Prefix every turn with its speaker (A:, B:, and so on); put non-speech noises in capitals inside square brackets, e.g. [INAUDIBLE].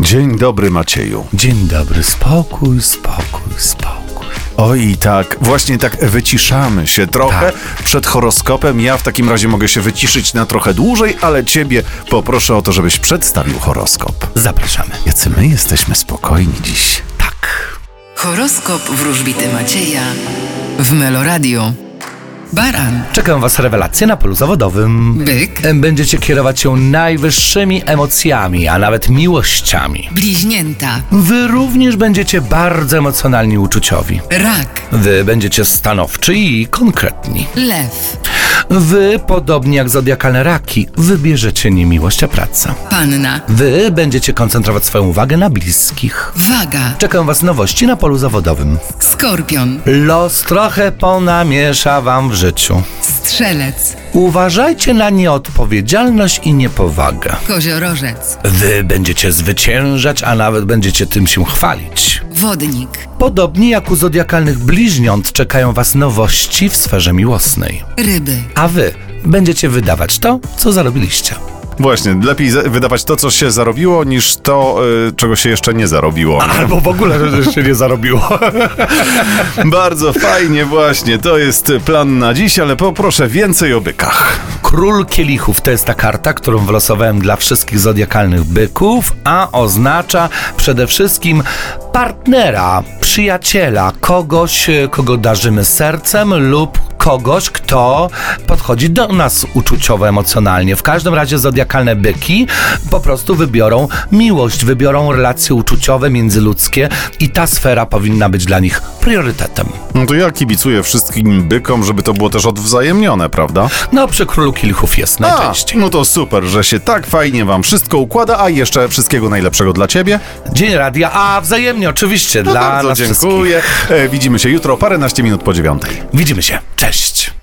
A: Dzień dobry, Macieju.
B: Dzień dobry, spokój, spokój, spokój.
A: Oj, i tak, właśnie tak wyciszamy się trochę przed horoskopem. Ja w takim razie mogę się wyciszyć na trochę dłużej, ale ciebie poproszę o to, żebyś przedstawił horoskop.
B: Zapraszamy.
A: Jacy my jesteśmy spokojni dziś.
B: Tak.
C: Horoskop wróżbity Macieja w Meloradio. Baran,
B: Czekają Was rewelacje na polu zawodowym.
C: byk,
B: Em, Będziecie kierować się najwyższymi emocjami, a nawet miłościami.
C: bliźnięta,
B: Wy również będziecie bardzo emocjonalni i uczuciowi.
C: rak,
B: Wy będziecie stanowczy i konkretni.
C: lew,
B: Wy, podobnie jak zodiakalne raki, wybierzecie niemiłość, a pracę.
C: panna,
B: Wy będziecie koncentrować swoją uwagę na bliskich.
C: waga,
B: Czekają Was nowości na polu zawodowym.
C: skorpion,
B: Los trochę ponamiesza Wam w życiu.
C: strzelec,
B: Uważajcie na nieodpowiedzialność i niepowagę.
C: koziorożec,
B: Wy będziecie zwyciężać, a nawet będziecie tym się chwalić.
C: wodnik,
B: Podobnie jak u zodiakalnych bliźniąt czekają Was nowości w sferze miłosnej.
C: ryby,
B: A Wy będziecie wydawać to, co zarobiliście.
A: Właśnie, lepiej za- wydawać to, co się zarobiło, niż to, y, czego się jeszcze nie zarobiło. nie?
B: Albo w ogóle że się nie zarobiło.
A: [LAUGHS] Bardzo fajnie, właśnie. To jest plan na dziś, ale poproszę więcej o bykach.
B: Król Kielichów to jest ta karta, którą wylosowałem dla wszystkich zodiakalnych byków, a oznacza przede wszystkim partnera, przyjaciela, kogoś, e, kogo darzymy sercem lub kogoś, kto podchodzi do nas uczuciowo, emocjonalnie. W każdym razie zodiakalne byki po prostu wybiorą miłość, wybiorą relacje uczuciowe, międzyludzkie i ta sfera powinna być dla nich priorytetem.
A: No to ja kibicuję wszystkim bykom, żeby to było też odwzajemnione, prawda?
B: No, przy królu Kielichów jest
A: A,
B: najczęściej.
A: no to super, że się tak fajnie wam wszystko układa, a jeszcze wszystkiego najlepszego dla ciebie.
B: Dzień Radia, a wzajemnie oczywiście
A: No
B: dla
A: bardzo
B: nas
A: dziękuję. E, Widzimy się jutro, paręnaście minut po dziewiątej.
B: wszystkich. Widzimy się, cześć.